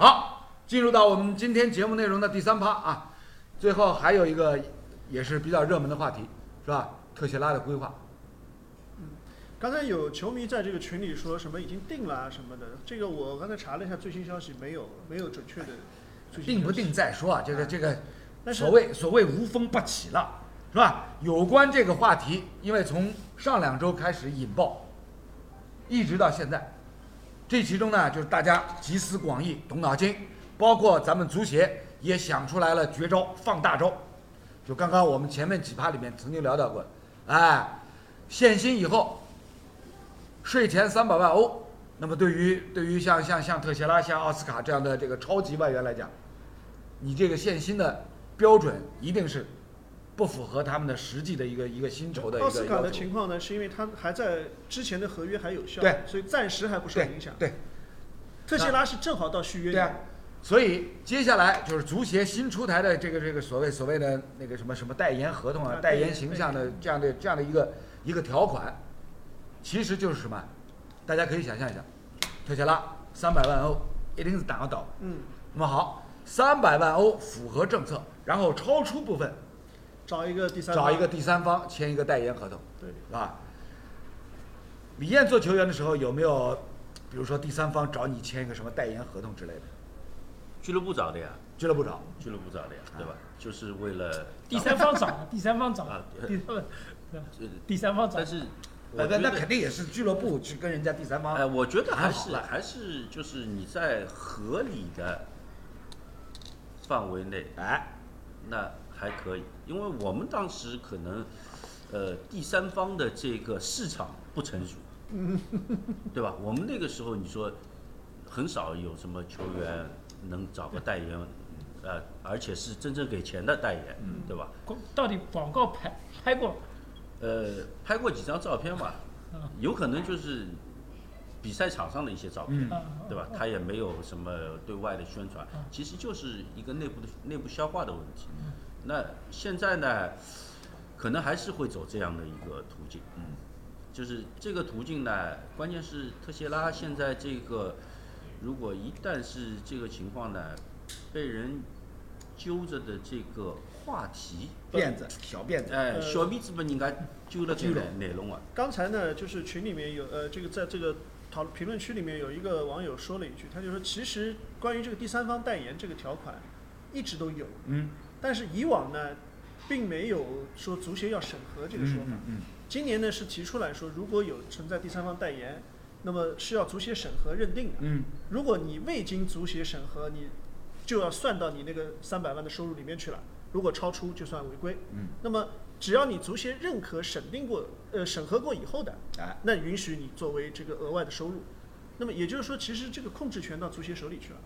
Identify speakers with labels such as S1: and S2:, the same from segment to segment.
S1: 好，进入到我们今天节目内容的第三趴啊，最后还有一个也是比较热门的话题，是吧？特谢拉的规划，
S2: 刚才有球迷在这个群里说什么已经定了啊什么的，这个我刚才查了一下最新消息，没有没有准确的最新消息
S1: 定不定再说啊，这个这个
S2: 但是
S1: 所谓所谓无风不起浪，是吧？有关这个话题，因为从上两周开始引爆，一直到现在，这其中呢，就是大家集思广益、动脑筋，包括咱们足协也想出来了绝招、放大招。就刚刚我们前面几趴里面曾经聊到过，哎，限薪以后，税前三百万欧，那么对于对于像像像特谢拉、像奥斯卡这样的这个超级外援来讲，你这个限薪的标准一定是不符合他们的实际的一个一个薪酬的一个
S2: 奥
S1: 要
S2: 斯
S1: 求。
S2: 卡的情况呢，是因为他还在之前的合约还有效，
S1: 对
S2: 所以暂时还不受
S1: 对
S2: 影响。
S1: 对，
S2: 特谢拉是正好到续约
S1: 对啊
S2: 年，，
S1: 所以接下来就是足协新出台的这个这个所谓所谓的那个什么什么代言合同啊
S2: 啊、
S1: 代
S2: 代
S1: 言
S2: 言
S1: 形
S2: 代
S1: 象的这样的这样的一个一个条款，其实就是什么？大家可以想象一下，特谢拉三百万欧一定是打个倒。
S2: 嗯，
S1: 那么好，三百万欧符合政策，然后超出部分
S2: 找一个第三方，
S1: 找一个第三方签一个代言合同，
S2: 对，
S1: 是吧？李艳做球员的时候有没有，比如说第三方找你签一个什么代言合同之类的？
S3: 俱乐部找的呀，啊
S1: 俱乐部找。
S3: 俱乐部找的呀，对吧？就是为了
S4: 第三方找，第三方找
S3: 啊，
S4: 第三方，
S3: 呃
S4: 第三方找
S3: 但，是
S1: 那那
S3: 我觉
S1: 哎那
S3: 得
S1: 呃肯定也是俱乐部去跟人家第三
S3: 哎，
S1: 方，
S3: 我觉得还
S1: 还好
S3: 是
S1: 了
S3: 还是就是你在合理的范围内，
S1: 哎，
S3: 那还可以，因为我们当时可能，呃，第三方的这个市场不成 熟，对吧？我们那个时候你说很少有什么球员能找个代言，呃，而且是真正给钱的代言，
S1: 嗯
S3: 对吧？
S4: 广到底广告拍拍过
S3: 呃，拍过几张照片嘛，有可能就是比赛场上的一些照片，
S1: 嗯
S4: 啊？
S3: 对吧？他也没有什么对外的宣传
S4: 嗯，
S3: 其实就是一个内部的内部消化的问题。那现在呢，可能还是会走这样的一个途径，
S1: 嗯，
S3: 就是这个途径呢，关键是特谢拉现在这个，如果一旦是这个情况呢，被人揪着的这个话题，
S1: 辫子小辫子，
S3: 哎，
S2: 呃
S3: 小米子把人家揪了进来，内容啊，
S2: 刚才呢，就是群里面有呃，这个在这个讨评论区里面有一个网友说了一句，他就说，其实关于这个第三方代言这个条款，一直都有，
S1: 嗯，
S2: 但是以往呢，并没有说足协要审核这个说法。
S1: 嗯嗯
S2: 今年呢是提出来说，如果有存在第三方代言，那么是要足协审核认定的。
S1: 嗯，
S2: 如果你未经足协审核，你就要算到你那个三百万的收入里面去了。如果超出就算违规。
S1: 嗯，
S2: 那么只要你足协认可、审定过、呃审核过以后的，
S1: 嗯哎，
S2: 那允许你作为这个额外的收入。那么也就是说，其实这个控制权到足协手里去了，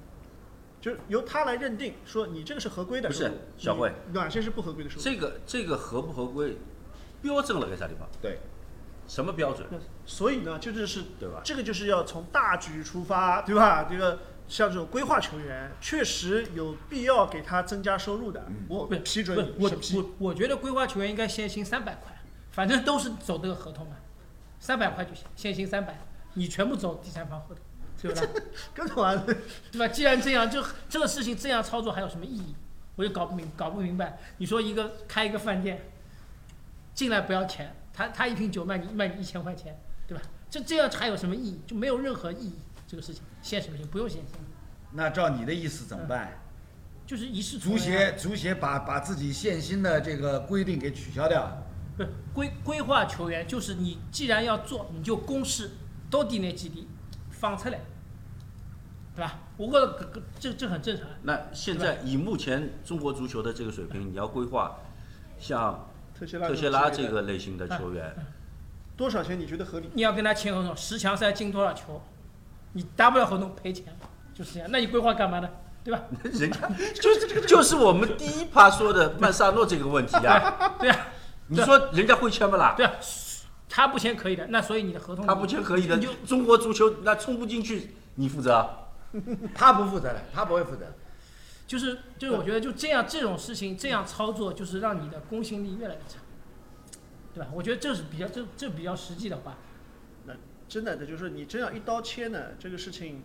S2: 就是由他来认定说你这个是合规的
S3: 不是
S2: 收入，
S3: 小慧
S2: 你哪些是不合规的收入？
S3: 这个这个合不合规，标准了在啥地方？
S1: 对，
S3: 什么标准？
S2: 那所以呢，这就是
S3: 对吧
S2: 啊这个就是要从大局出发，对吧？这个像这种规划球员，确实有必要给他增加收入的，
S3: 嗯
S2: 我
S4: 不是
S2: 批
S4: 不
S2: 准
S4: 是
S2: 你
S4: 我
S2: 审批。
S4: 我我觉得规划球员应该限薪三百块，反正都是走这个合同嘛，三百块就行，限薪三百，你全部走第三方合同，对不对？
S2: 跟着玩，
S4: 对吧？既然这样，就这个事情这样操作还有什么意义？我就搞不明搞不明白。你说一个开一个饭店，进来不要钱，他他一瓶酒卖你卖你一千块钱，对吧？这这样还有什么意义？就没有任何意义。这个事情限什么限？不用限薪，
S1: 那照你的意思怎么办？
S4: 就是一视
S1: 足
S4: 同仁啊
S1: 协足协把把自己限薪的这个规定给取消掉，
S4: 不是规规划球员，就是你既然要做，你就公示到底哪几点放出来，对吧？我觉着搿搿这这很正常。啊
S3: 那现在以目前中国足球的这个水平，你要规划像
S2: 特谢拉
S3: 特谢拉这个类型的球员，
S2: 多少钱你觉得合理？
S4: 你要跟他签合同，十强赛进多少球，你达不了合同赔钱，就是这样。那你规划干嘛呢？对吧？
S3: 人家就是就是我们第一趴说的曼萨诺这个问题啊。
S4: 对啊，
S3: 你说人家会签不啦？
S4: 对啊，他不签可以的，那所以你的合同
S3: 他不签可以的
S4: 你就。
S3: 中国足球那冲不进去，你负责啊？
S1: 他不负责的，他不会负责。
S4: 就是就是，我觉得就这样这种事情这样操作，就是让你的公信力越来越差，对吧？我觉得这是比较这这比较实际的话，
S2: 那真的，就是说你真要一刀切呢，这个事情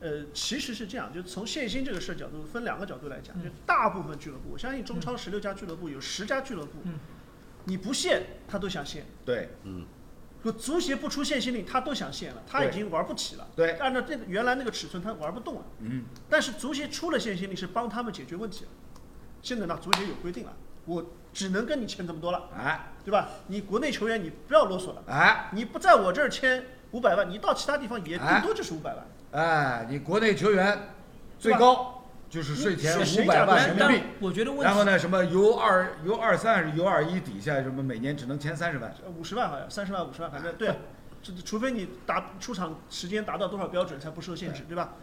S2: 呃，其实是这样，就从限薪这个事儿角度分两个角度来讲，
S4: 嗯
S2: 就大部分俱乐部，我相信中超十六家俱乐部有十家俱乐部，
S4: 嗯
S2: 你不限他都想限，
S1: 对
S3: 嗯，
S2: 就足协不出限薪令，他都想限了，他已
S1: 对
S2: 经玩不起了。
S1: 对
S2: 按照这个原来那个尺寸，他玩不动了。
S1: 嗯，
S2: 但是足协出了限薪令，是帮他们解决问题了。现在呢，足协有规定了，我只能跟你签这么多了，
S1: 哎
S2: 对吧？你国内球员你不要啰嗦了，
S1: 哎
S2: 你不在我这儿签五百万，你到其他地方也
S1: 哎
S2: 最多就是五百万。
S1: 哎，你国内球员最
S2: 对吧
S1: 高就是税前
S2: 是
S1: 五
S2: 谁
S1: 百
S2: 讲的
S1: 万
S2: 是
S1: 人
S2: 这
S1: 民
S2: 样
S1: 币
S4: 但，我觉得问
S1: 然后
S4: 题，
S1: 呢，什么 U 二 U 二三还是 U 二一底下什么每年只能签三十万，
S2: 呃五十万好像，三十万、五十万，反正
S1: 哎
S2: 对，这除非你达出场时间达到多少标准才不受限制，对吧？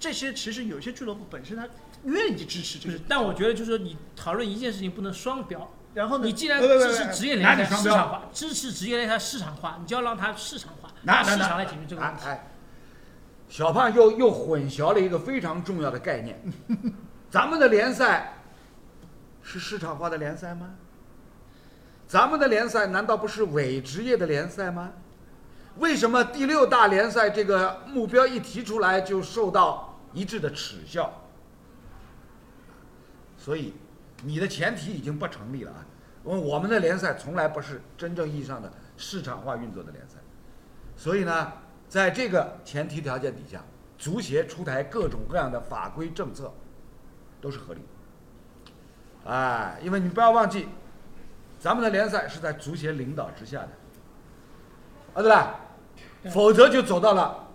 S2: 这些其实有些俱乐部本身他愿意支持这
S4: 就
S2: 个
S4: 是，但我觉得就是说你讨论一件事情不能双标。
S2: 然后呢
S4: 你，既然
S1: 喂喂喂
S4: 支持
S1: 喂
S4: 职业
S1: 哪
S4: 联
S1: 里
S4: 赛
S1: 双
S4: 市
S1: 标
S4: 场化，支持职业联赛市场化，你就要让它市场化，
S1: 拿
S4: 让
S1: 拿
S4: 市
S1: 拿
S4: 场来解决这个问
S1: 哎
S4: 题。
S1: 哎，小胖又又混淆了一个非常重要的概念， 咱们的联赛是市场化的联赛吗？咱们的联赛难道不是伪职业的联赛吗？为什么第六大联赛这个目标一提出来就受到一致的耻笑？所以你的前提已经不成立了啊！我我们的联赛从来不是真正意义上的市场化运作的联赛，所以呢，在这个前提条件底下，足协出台各种各样的法规政策都是合理的。哎，因为你不要忘记，咱们的联赛是在足协领导之下的，啊对吧？
S4: 对
S1: 否则就走到了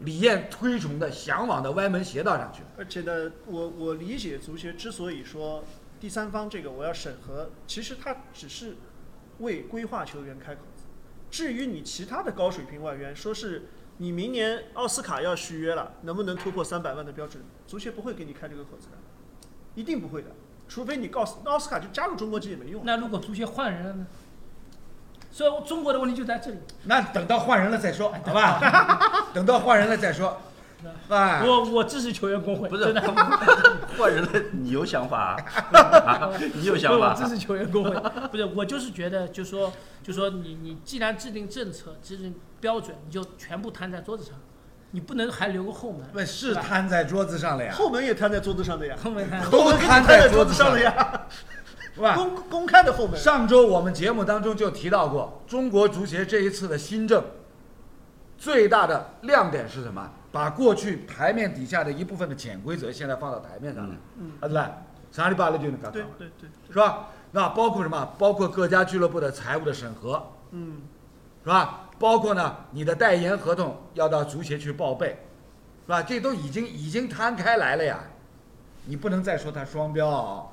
S1: 李艳推崇的、向往的歪门邪道上去了。
S2: 而且呢，我我理解足协之所以说第三方这个我要审核，其实他只是为规划球员开口子。至于你其他的高水平外援，说是你明年奥斯卡要续约了，能不能突破三百万的标准，足协不会给你开这个口子的，一定不会的。除非你告诉奥斯卡就加入中国籍也没用。
S4: 那如果足协换人了呢？所以中国的问题就在这里。
S1: 那等到换人了再说，好吧？等到换人了再说。哎，
S4: 我我支持球员工 会，
S3: 啊不是
S4: 真的，
S3: 换人了，你有想法 啊？啊你有想
S4: 我
S3: 法？
S4: 支持球员工会，不是我就是觉得，就说就说你你既然制定政策、制定标准，你就全部摊在桌子上，你不能还留个后门。
S1: 不是摊在桌子上了呀，
S2: 后门也摊在桌子上的呀，
S4: 后门摊
S1: 都
S2: 后门
S1: 摊
S2: 摊
S1: 在
S2: 在
S1: 桌
S2: 桌
S1: 子
S2: 子
S1: 上
S2: 上
S1: 的
S2: 的呀，
S1: 是吧？
S2: 公公开的后 门。
S1: 上周我们节目当中就提到过，中国足协这一次的新政，最大的亮点是什么？把过去台面底下的一部分的潜规则，现在放到台面上来，
S2: 嗯，
S1: 啊对吧？啥里巴拉就能干
S2: 对对对，
S1: 是吧？那包括什么？包括各家俱乐部的财务的审核，
S2: 嗯。
S1: 是吧？包括呢，你的代言合同要到足协去报备，是吧？这都已经已经摊开来了呀，你不能再说他双标啊、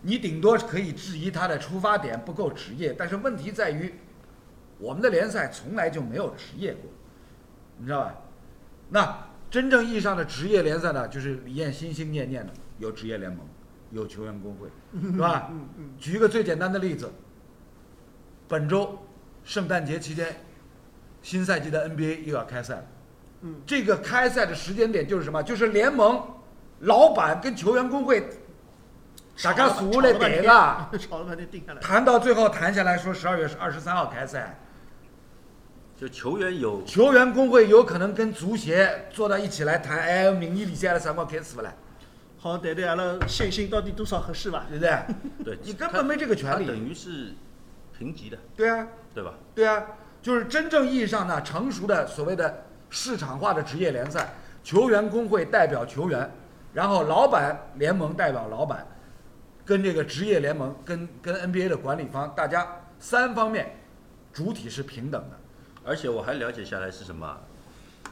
S1: 你顶多可以质疑他的出发点不够职业，但是问题在于，我们的联赛从来就没有职业过，你知道吧？那真正意义上的职业联赛呢，就是李艳心心念念的有职业联盟，有球员工会，是 吧？
S2: 嗯嗯
S1: 举一个最简单的例子，本周圣诞节期间，新赛季的 NBA 又要开赛了。
S2: 嗯，
S1: 这个开赛的时间点就是什么？就是联盟老板跟球员工会大家
S2: 输
S1: 数了得了，，
S2: 吵了半天定下来。
S1: 谈到最后谈下来说十二月二十三号开赛，
S3: 就球员有
S1: 球员工会有可能跟足协坐到一起来谈，哎，明年联赛的辰光开始不啦？
S2: 好啊像谈谈阿拉限薪到底多少合适吧？
S1: 对不对？
S3: 对，
S1: 你根本没这个权
S3: 他
S1: 利
S3: 等于是平级的，
S1: 对啊，
S3: 对吧？
S1: 对啊，就是真正意义上呢，成熟的所谓的市场化的职业联赛，球员工会代表球员，然后老板联盟代表老板，跟这个职业联盟跟跟 NBA 的管理方，大家三方面主体是平等的。
S3: 而且我还了解下来是什么啊。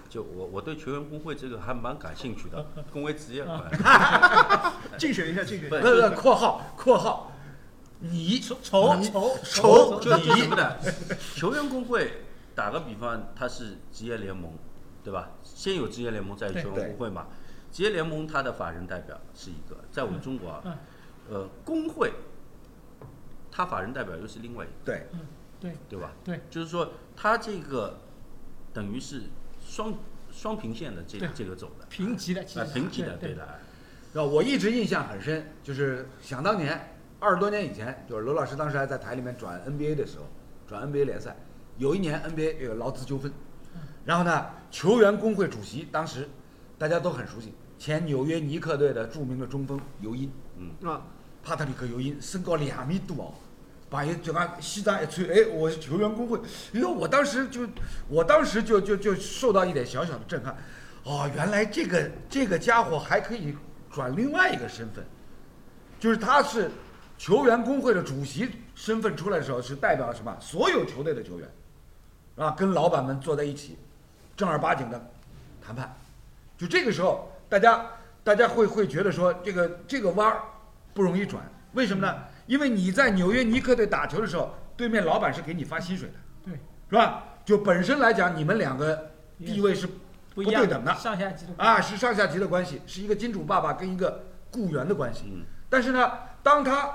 S3: 就我我对球员工会这个还蛮感兴趣的，工会职业化，
S2: 竞选一下，竞选一
S3: 不
S2: 下。
S1: 不不，呃括号括号，你
S4: 仇仇
S1: 你
S4: 仇
S1: 仇
S3: 就就什
S1: 你
S3: 么呢？球员工会打个比方，它是职业联盟，对吧？先有职业联盟，再有
S4: 对
S3: 球
S1: 对
S3: 员工会嘛。职业联盟它的法人代表是一个，在我们中国啊，
S4: 嗯
S3: 呃，工会，它法人代表又是另外一个，
S1: 对
S4: 嗯，对
S3: 对吧？
S4: 对，
S3: 就是说它这个等于是双双平线的这
S4: 对
S3: 这个走的，
S4: 评级的，其
S3: 啊
S4: 实，是
S3: 平级的，
S4: 对
S3: 对的，。哎
S1: 那我一直印象很深，就是想当年二十多年以前，就是罗老师当时还在台里面转 NBA 的时候，转 NBA 联赛，有一年 NBA 有劳资纠纷，然后呢，球员工会主席当时大家都很熟悉，前纽约尼克队的著名的中锋尤因，
S2: 啊，
S1: 帕特里克尤因，身高两米多哦，把一嘴巴西装一穿，哎，我是球员工会，因为我当时就，我当时就就就受到一点小小的震撼，哦，原来这个这个家伙还可以转另外一个身份，就是他是球员工会的主席身份出来的时候，是代表什么？所有球队的球员，啊，跟老板们坐在一起，正儿八经的谈判。就这个时候，大家大家会会觉得说，这个这个弯儿不容易转，为什么呢？因为你在纽约尼克队打球的时候，对面老板是给你发薪水的，
S4: 对，
S1: 是吧？就本身来讲，你们两个地位是
S4: 不
S1: 不
S4: 一样
S1: 对等的，
S4: 上下级的
S1: 啊，是上下级的关系，是一个金主爸爸跟一个雇员的关系。
S3: 嗯
S1: 但是呢，当他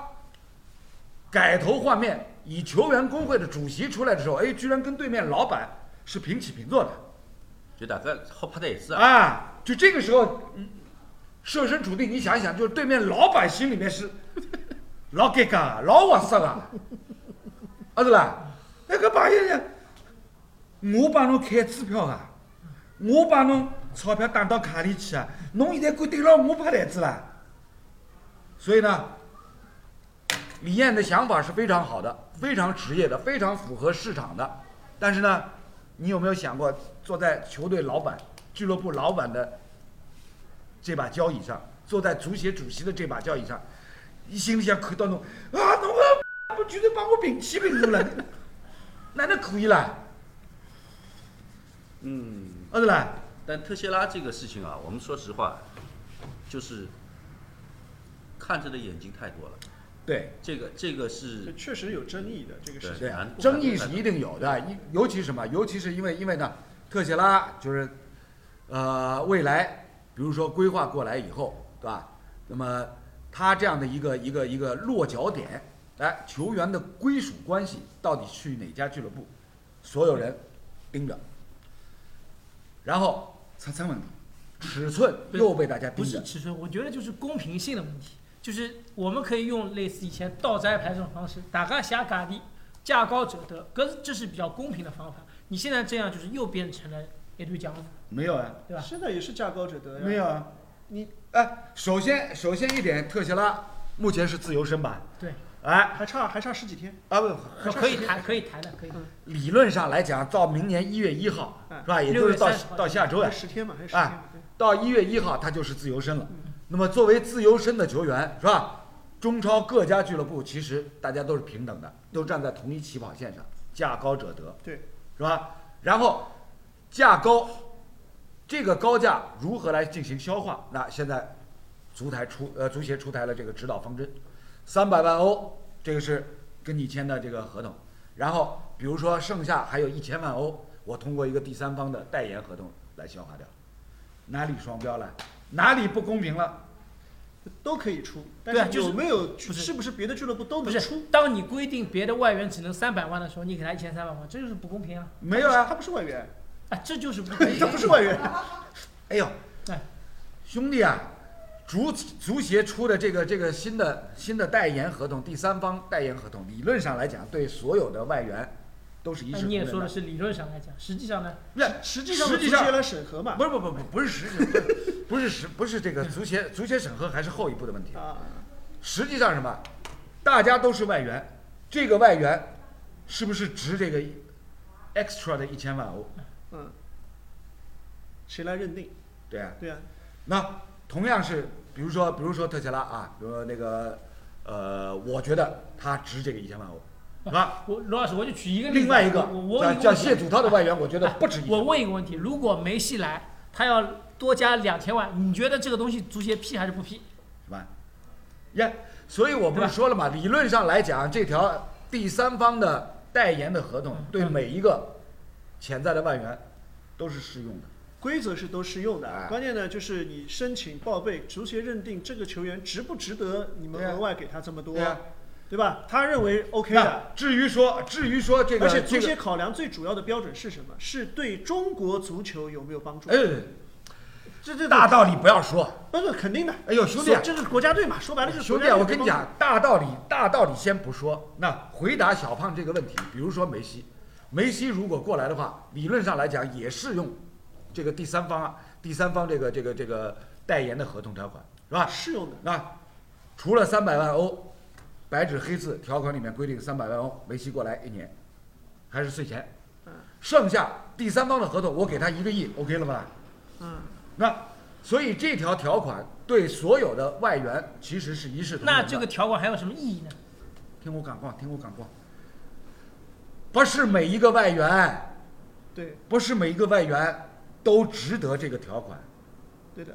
S1: 改头换面，以球员工会的主席出来的时候，哎，居然跟对面老板是平起平坐的。
S3: 就大概好怕的也是啊，
S1: 啊，就这个时候，嗯设身处地，你想一想，就是对面老板心里面是老尴尬、老哇塞啊，啊对啦，那个朋友呢，我帮侬开支票啊，我帮侬钞票打到卡里去啊，侬现在敢对牢我拍台子啦？所以呢，李艳的想法是非常好的，非常职业的，非常符合市场的。但是呢，你有没有想过，坐在球队老板、俱乐部老板的这把交椅上，坐在足协主席的这把交椅上，你心里想看到侬啊，侬个不绝对把我摒弃摒 住了，哪能可以啦？
S3: 嗯，
S1: 啊对啦，
S3: 但特谢拉这个事情啊，我们说实话，就是看着的眼睛太多了，
S1: 对
S3: 这个这个是
S2: 这确实有争议的这个事情。
S1: 对啊
S3: 难，过
S1: 争议是一定有的，一尤其什么？尤其是因为因为呢，特谢拉就是，呃，未来比如说规划过来以后，对吧？那么他这样的一个一个一个落脚点，哎，球员的归属关系到底去哪家俱乐部，所有人盯着，然后猜猜问题，尺寸又被大家
S4: 不
S1: 盯
S4: 是
S1: 着，
S4: 尺寸，我觉得就是公平性的问题，就是我们可以用类似以前倒摘牌这种方式，大家下嘎地，价高者得，可是这是比较公平的方法。你现在这样就是又变成了一对江湖，
S1: 没有啊，
S4: 对吧？
S2: 现在也是价高者得呀。
S1: 没有啊，
S2: 你
S1: 哎，首先首先一点，特谢拉目前是自由身板，
S4: 对，
S1: 哎。
S2: 还差还差十几天，
S1: 啊不，
S4: 可以谈，可以谈的，可以。
S1: 理论上来讲，到明年一月一号
S2: 嗯
S1: 是吧？也就是到
S4: 6月30号嗯
S1: 到下周
S2: 还
S1: 呀
S2: 有，十天嘛，还有十天
S1: 哎
S2: 嘛。对
S1: 到一月一号他就是自由身了。
S4: 嗯
S1: 那么作为自由身的球员是吧？中超各家俱乐部其实大家都是平等的，都站在同一起跑线上，价高者得
S2: 对，
S1: 是吧？然后价高，这个高价如何来进行消化？那现在足台出呃足协出台了这个指导方针，三百万欧，这个是跟你签的这个合同。然后比如说剩下还有一千万欧，我通过一个第三方的代言合同来消化掉，哪里双标了？哪里不公平了？
S2: 都可以出，
S4: 对啊
S2: 但是
S4: 就是
S2: 有没有
S4: 不是
S2: 是不是别的俱乐部都
S4: 不
S2: 能
S4: 是
S2: 出？，
S4: 当你规定别的外援只能三百万的时候，你给他一千三百万，这就是不公平啊！
S1: 没有
S2: 他
S1: 啊！
S2: 不是外援，
S4: 啊，这就是不公
S2: 他
S4: 平
S2: 不。是外援，
S1: 哎呦，
S4: 哎，
S1: 兄弟啊，足足协出的这个这个新的新的代言合同，第三方代言合同，理论上来讲，对所有的外援都是一
S4: 那
S1: 视同
S4: 哎你也
S1: 仁
S4: 说的
S1: 的。
S4: 是理论上来讲，实际上呢，
S1: 不是，
S2: 实际上
S1: 实际
S2: 足协
S1: 上
S2: 来审核嘛
S1: 不。是不不不不是实际，不是不是实不是这个足协足协审核还是后一步的问题。
S2: 啊，
S1: 实际上什么？大家都是外援，这个外援是不是值这个 extra 的一千万欧？
S2: 嗯，谁来认定？
S1: 对啊，
S2: 对啊，
S1: 那同样是，比如说，比如说特切拉啊，比如说那个，呃，我觉得他值这个一千万欧，是吧？
S4: 我罗老师我就举一个例子啊，
S1: 另外一个
S4: 我
S1: 叫
S4: 啊我问一个
S1: 叫
S4: 问题
S1: 谢祖涛的外援，我觉得不值一千
S4: 我
S1: 万。
S4: 问一个问题：如果梅西来，他要多加两千万，你觉得这个东西足协批还是不批？
S1: 什么？呀，所以我不是说了嘛，理论上来讲，这条第三方的代言的合同对每一个潜在的外援都是适用的。
S2: 规则是都适用的
S1: 哎，
S2: 关键呢就是你申请报备，足协认定这个球员值不值得你们
S1: 对啊
S2: 额外给他这么多
S1: 对啊，
S2: 对吧？他认为 OK
S1: 那
S2: 的。
S1: 至于说，至于说这
S2: 而
S1: 个
S2: 且足
S1: 这
S2: 协
S1: 个，
S2: 考量最主要的标准是什么？是对中国足球有没有帮助？
S1: 哎，
S2: 这这
S1: 大道理不要说。
S2: 不是肯定的。
S1: 哎呦，兄弟啊，
S2: 这是国家队嘛，说白了就是
S1: 兄
S2: 国
S1: 弟
S2: 家
S1: 啊，
S2: 队
S1: 我跟你讲，大道理，大道理先不说。那回答小胖这个问题，比如说梅西，梅西如果过来的话，理论上来讲也适用这个第三方啊第三方这个这个这个代言的合同条款，是吧？
S2: 适用的。
S1: 那除了三百万欧，白纸黑字条款里面规定三百万欧梅西过来一年，还是税前
S2: 嗯，
S1: 剩下第三方的合同我给他一个亿，OK 了吧？
S2: 嗯，
S1: 那所以这条条款对所有的外援其实是一视同仁的。
S4: 那这个条款还有什么意义呢？
S1: 听我讲话，听我讲话，不是每一个外援，
S2: 对
S1: 不是每一个外援都值得这个条款，
S2: 对的，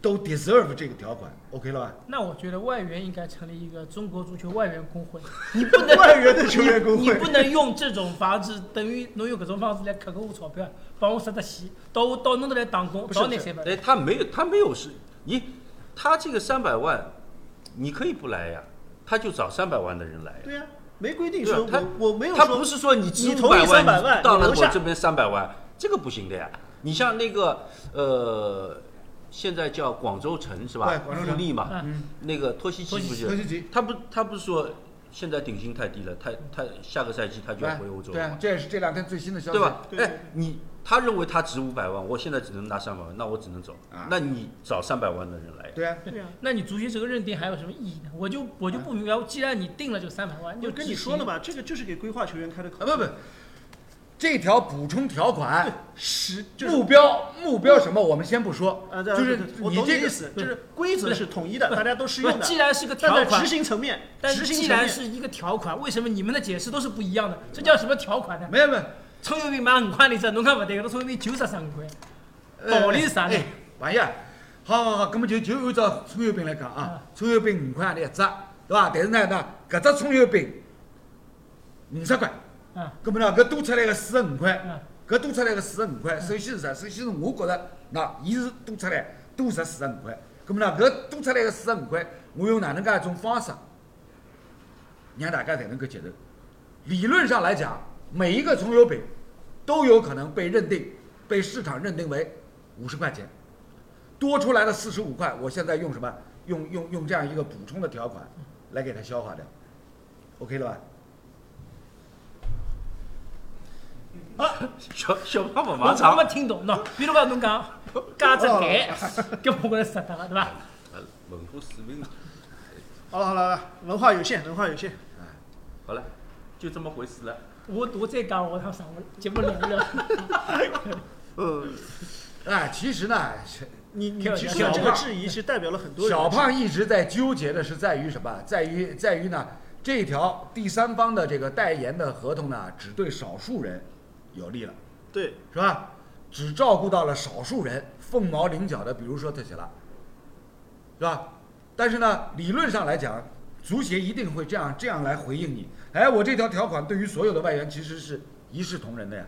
S1: 都 deserve 这个条款，OK 了吧？
S4: 那我觉得外援应该成立一个中国足球外援工会，你不
S2: 不能 外援的球员工
S4: 你
S2: 会
S4: 不能用这种方式，等于侬用搿种方式来克扣我钞票，帮我实德西，到我到侬这来打工，
S1: 不是
S4: 到那
S1: 不是
S4: 谁吧？
S3: 哎，他没有，他没有是，你他这个三百万，你可以不来呀，他就找三百万的人来呀。
S2: 对呀、没规定
S3: 对啊
S2: 说
S3: 他
S2: 我我没有
S3: 他不
S2: 说
S3: 是说你
S2: 你
S3: 集
S2: 同意
S3: 百
S2: 300
S3: 万，
S2: 万
S3: 你到
S2: 你
S3: 了
S2: 留
S3: 我
S2: 下
S3: 这边三百万，这个不行的呀。你像那个呃，现在叫广州城是吧？
S1: 对广州城
S3: 富力嘛，
S1: 嗯
S3: 那个托西奇不
S1: 托
S3: 是
S1: 西奇，
S3: 他不他不是说现在顶薪太低了，他他下个赛季他就要回欧洲
S1: 对
S3: 了
S1: 啊
S3: 嘛，，
S1: 这也是这两天最新的消息，
S3: 对吧？
S2: 对对
S3: 哎，你他认为他值五百万，我现在只能拿三百万，那我只能走
S1: 啊。
S3: 那你找三百万的人来呀。
S1: 对啊，
S2: 对呀、
S4: 那你足协这个认定还有什么意义呢？我就我就不明白，既然你定了这三百万，你
S2: 我
S4: 就
S2: 跟
S4: 执
S2: 你
S4: 行
S2: 说了，嘛，这个就是给规划球员开的口
S1: 啊。不不，这条补充条款
S2: 实就是
S1: 目标目标什么我们先不说，
S2: 啊，对
S1: 就
S2: 对
S1: 是
S2: 对对我
S1: 你
S2: 懂你
S1: 这
S2: 的意
S1: 个
S2: 思，
S4: 对
S2: 就是规则是统一的，大家都适
S4: 不
S2: 用
S4: 是，
S2: 的。
S4: 既然是个条
S2: 但在
S4: 款
S2: 执，行层面，
S4: 但
S2: 执
S4: 是
S2: 行
S4: 既
S2: 层
S4: 然
S2: 面
S4: 是一个条款，为什么你们的解释都是不一样的？这叫什么条款呢？
S1: 没有没有，
S4: 葱油饼买五块钿只，侬看勿对，搿个葱油饼就十三块，道理是啥呢
S1: 哎？王爷，好好好，那么就就按照葱油饼来讲啊
S4: 啊，
S1: 葱油饼五块钿一只，对吧？但是呢，那搿只葱油饼五十块，
S4: 啊
S1: 那么呢，搿多出来个四十五
S4: 嗯
S1: 块，搿多出来个四十五块，首先是啥？首先是我觉着，那伊是多出来多值四十五块，那么呢，搿多出来个四十五块，我用哪能介一种方式，让大家才能够接受？理论上来讲，每一个葱油饼都有可能被认定、被市场认定为五十块钱，多出来的四十五块，我现在用什么？用用用这样一个补充的条款来给它消化掉，OK 了吧？
S3: 小小胖宝马
S4: 我他
S3: 场
S4: 没听懂喏，比如讲侬讲加只 蛋，搿我觉着值得个对伐？
S3: 呃，文化水平
S2: 好了好了，好了文化有限，文化有限。
S3: 好了，就这么回事了。
S4: 我我再讲我他啥我节目聊不了，
S2: 呃，
S1: 哎，其实呢，
S2: 你你
S4: 跳
S2: 提
S4: 一下
S2: 出
S1: 小
S2: 的这个
S1: 胖
S2: 质疑，是代表了很多人。
S1: 小胖一直在纠结的是在于什么？在于在于呢，这条第三方的这个代言的合同呢，只对少数人有利了，
S2: 对
S1: 是吧？只照顾到了少数人，凤毛麟角的，比如说特写拉，是吧？但是呢，理论上来讲，足协一定会这样这样来回应你。哎，我这条条款对于所有的外援其实是一视同仁的呀，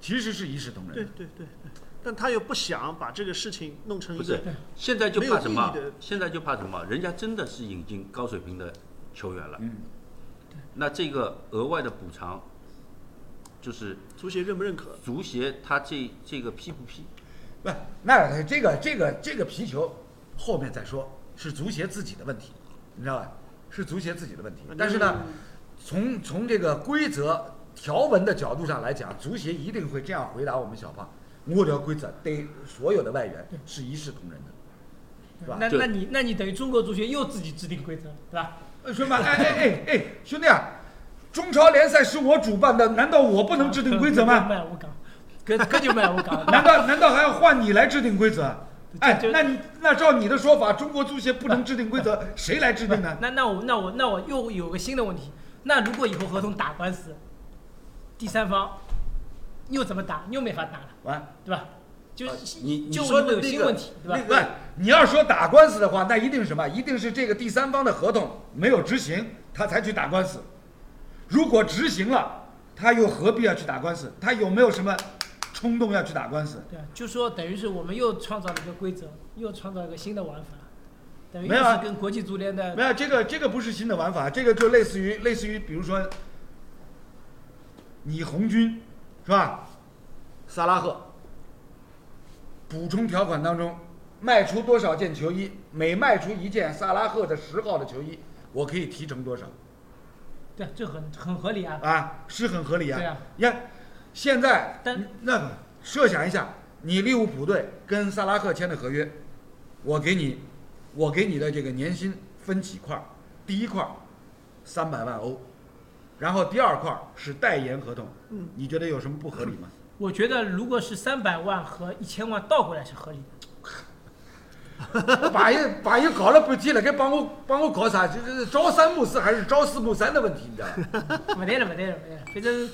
S1: 其实是一视同仁的
S2: 对。对对对，但他又不想把这个事情弄成一
S3: 不
S2: 个
S3: 是，现在就怕什么
S2: 没有意义的？
S3: 现在就怕什么？人家真的是引进高水平的球员了，
S1: 嗯，
S3: 那这个额外的补偿，就是
S2: 足协认不认可。
S3: 足协他这这个批不批？
S1: 不，那这个这个这个皮球后面再说，是足协自己的问题，你知道吧？是足协自己的问题。但是呢，从从这个规则条文的角度上来讲，足协一定会这样回答我们小胖：我条规则对所有的外援是一视同仁的，是吧？
S4: 那
S3: 就
S4: 那你那你等于中国足协又自己制定规则了对伐？
S1: 呃兄弟们，哎哎哎哎，兄弟啊！中超联赛是我主办的，难道我不哦能制定规则 吗？，
S4: 卖我讲，搿搿就卖我讲
S1: 难道难道还要换你来制定规则？哎
S4: 就，
S1: 那你那照你的说法，中国足协不能制定规则， 谁来制定呢？
S4: 那那我那我那我又有个新的问题，那如果以后合同打官司，第三方又怎么打？又没法打了，
S1: 完，
S4: 对吧？就
S3: 啊
S4: 是
S3: 你你
S4: 就
S3: 说
S4: 会
S3: 的
S4: 有
S3: 那
S4: 新
S3: 个
S4: 问题，对
S3: 那
S4: 吧？
S1: 不，你要说打官司的话，那一定是什么？一定是这个第三方的合同没有执行，他才去打官司。如果执行了，他又何必要去打官司？他有没有什么冲动要去打官司？
S4: 对啊，就说等于是我们又创造了一个规则，又创造了一个新的玩法，等于
S1: 没有啊
S4: 是跟国际足联的
S1: 没有，这个这个不是新的玩法，这个就类似于类似于，比如说，你红军是吧？萨拉赫补充条款当中，卖出多少件球衣，每卖出一件萨拉赫的十号的球衣，我可以提成多少？
S4: 对啊，这很很合理啊。
S1: 啊，是很合理啊。
S4: 对啊
S1: 你看，现在
S4: 但
S1: 那设想一下，你利物浦队跟萨拉赫签的合约，我给你，我给你的这个年薪分几块儿？第一块三百万欧，然后第二块儿是代言合同。
S2: 嗯，
S1: 你觉得有什么不合理吗？
S4: 我觉得如果是三百万和一千万倒过来是合理的，
S1: 把人把人搞了半天了，该帮我帮我搞啥？就是朝三暮四还是朝四暮三的问题，你知道吧？
S4: 没得了没得了没得了，反正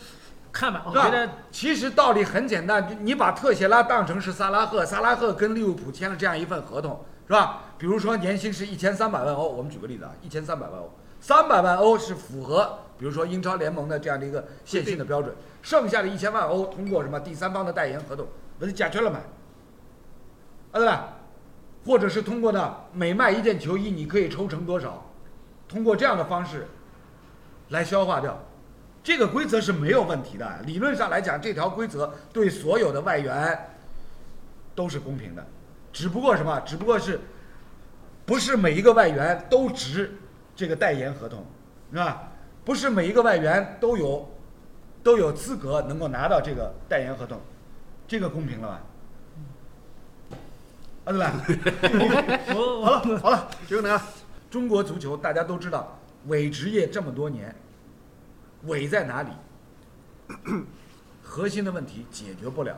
S4: 看吧，我
S1: 对吧
S4: 觉得
S1: 其实道理很简单，就你把特谢拉当成是萨拉赫，萨拉赫跟利物浦签了这样一份合同，是吧？比如说年薪是一千三百万欧，我们举个例子啊，一千三百万欧，三百万欧是符合，比如说英超联盟的这样的一个限薪的标准，剩下的一千万欧通过什么第三方的代言合同，不是甲醛了买，啊对吧？或者是通过呢每卖一件球衣你可以抽成多少，通过这样的方式来消化掉。这个规则是没有问题的，理论上来讲，这条规则对所有的外援都是公平的，只不过什么？只不过是不是每一个外援都值这个代言合同，是吧？不是每一个外援都有都有资格能够拿到这个代言合同，这个公平了吧？啊，对吧？
S4: 我
S2: 好
S4: 我
S2: 了好了，就能啊，
S1: 中国足球大家都知道，伪职业这么多年，伪在哪里？核心的问题解决不了。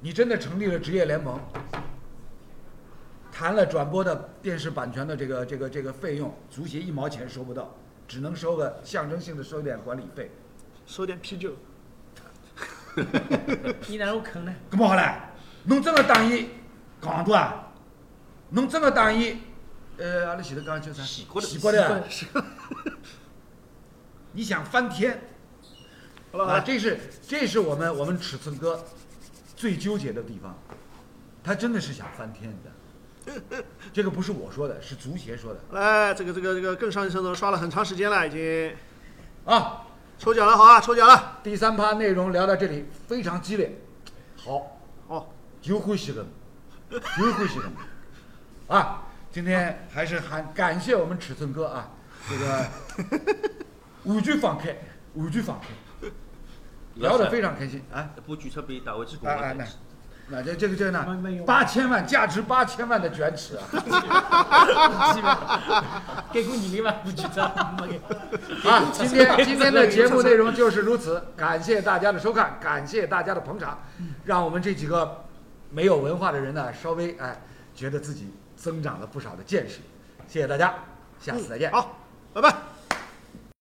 S1: 你真的成立了职业联盟，谈了转播的电视版权的这个这个这个费用，足协一毛钱收不到，只能收个象征性的收点管理费，
S2: 收点啤酒。
S4: 你哪有坑呢？
S1: 搿么好唻，侬真个当伊戆大啊？侬真个当伊，呃，阿拉前头讲叫啥？
S3: 洗过的
S1: 洗过的啊。你想翻天
S2: 好了好
S1: 啊？
S2: 了，
S1: 这是这是我们我们尺寸哥最纠结的地方，他真的是想翻天的。这个不是我说的，是足协说的
S2: 来这个这个这个更上一层楼，刷了很长时间了，已经
S1: 啊。
S2: 抽奖了，好啊，抽奖了。
S1: 第三趴内容聊到这里，非常激烈，好，
S2: 哦，
S1: 就欢喜个，就欢喜个，啊！今天还是很感谢我们尺寸哥啊，这个五句放开，五句放开，聊得非常开心啊！
S3: 不举出杯打回去
S1: 啊啊，那那这这个这个
S4: 没没
S1: 呢
S4: 有，
S1: 八千万价值八千万的卷尺啊！
S4: 基本 给过你一万五千张，没给。
S1: 啊，今天今天的节目内容就是如此，感谢大家的收看，感谢大家的捧场，让我们这几个没有文化的人呢，稍微哎觉得自己增长了不少的见识，谢谢大家，下次再见。
S2: 好，拜拜。